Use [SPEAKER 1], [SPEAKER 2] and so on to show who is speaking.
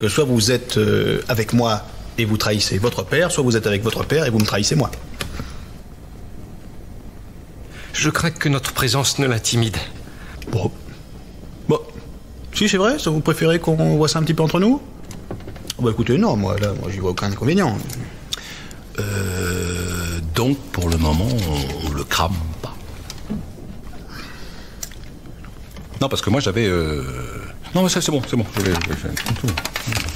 [SPEAKER 1] que soit vous êtes euh, avec moi et vous trahissez votre père, soit vous êtes avec votre père et vous me trahissez moi.
[SPEAKER 2] Je crains que notre présence ne l'intimide.
[SPEAKER 1] Bon. Bon. Si c'est vrai, ça vous préférez qu'on voit ça un petit peu entre nous Bah écoutez, non, moi là, moi j'y vois aucun inconvénient.
[SPEAKER 3] Euh, donc, pour le moment, on, on le crame pas. Non, parce que moi j'avais. euh, Non, mais ça c'est bon, c'est bon. je l'ai- je l'ai fait. C'est tout.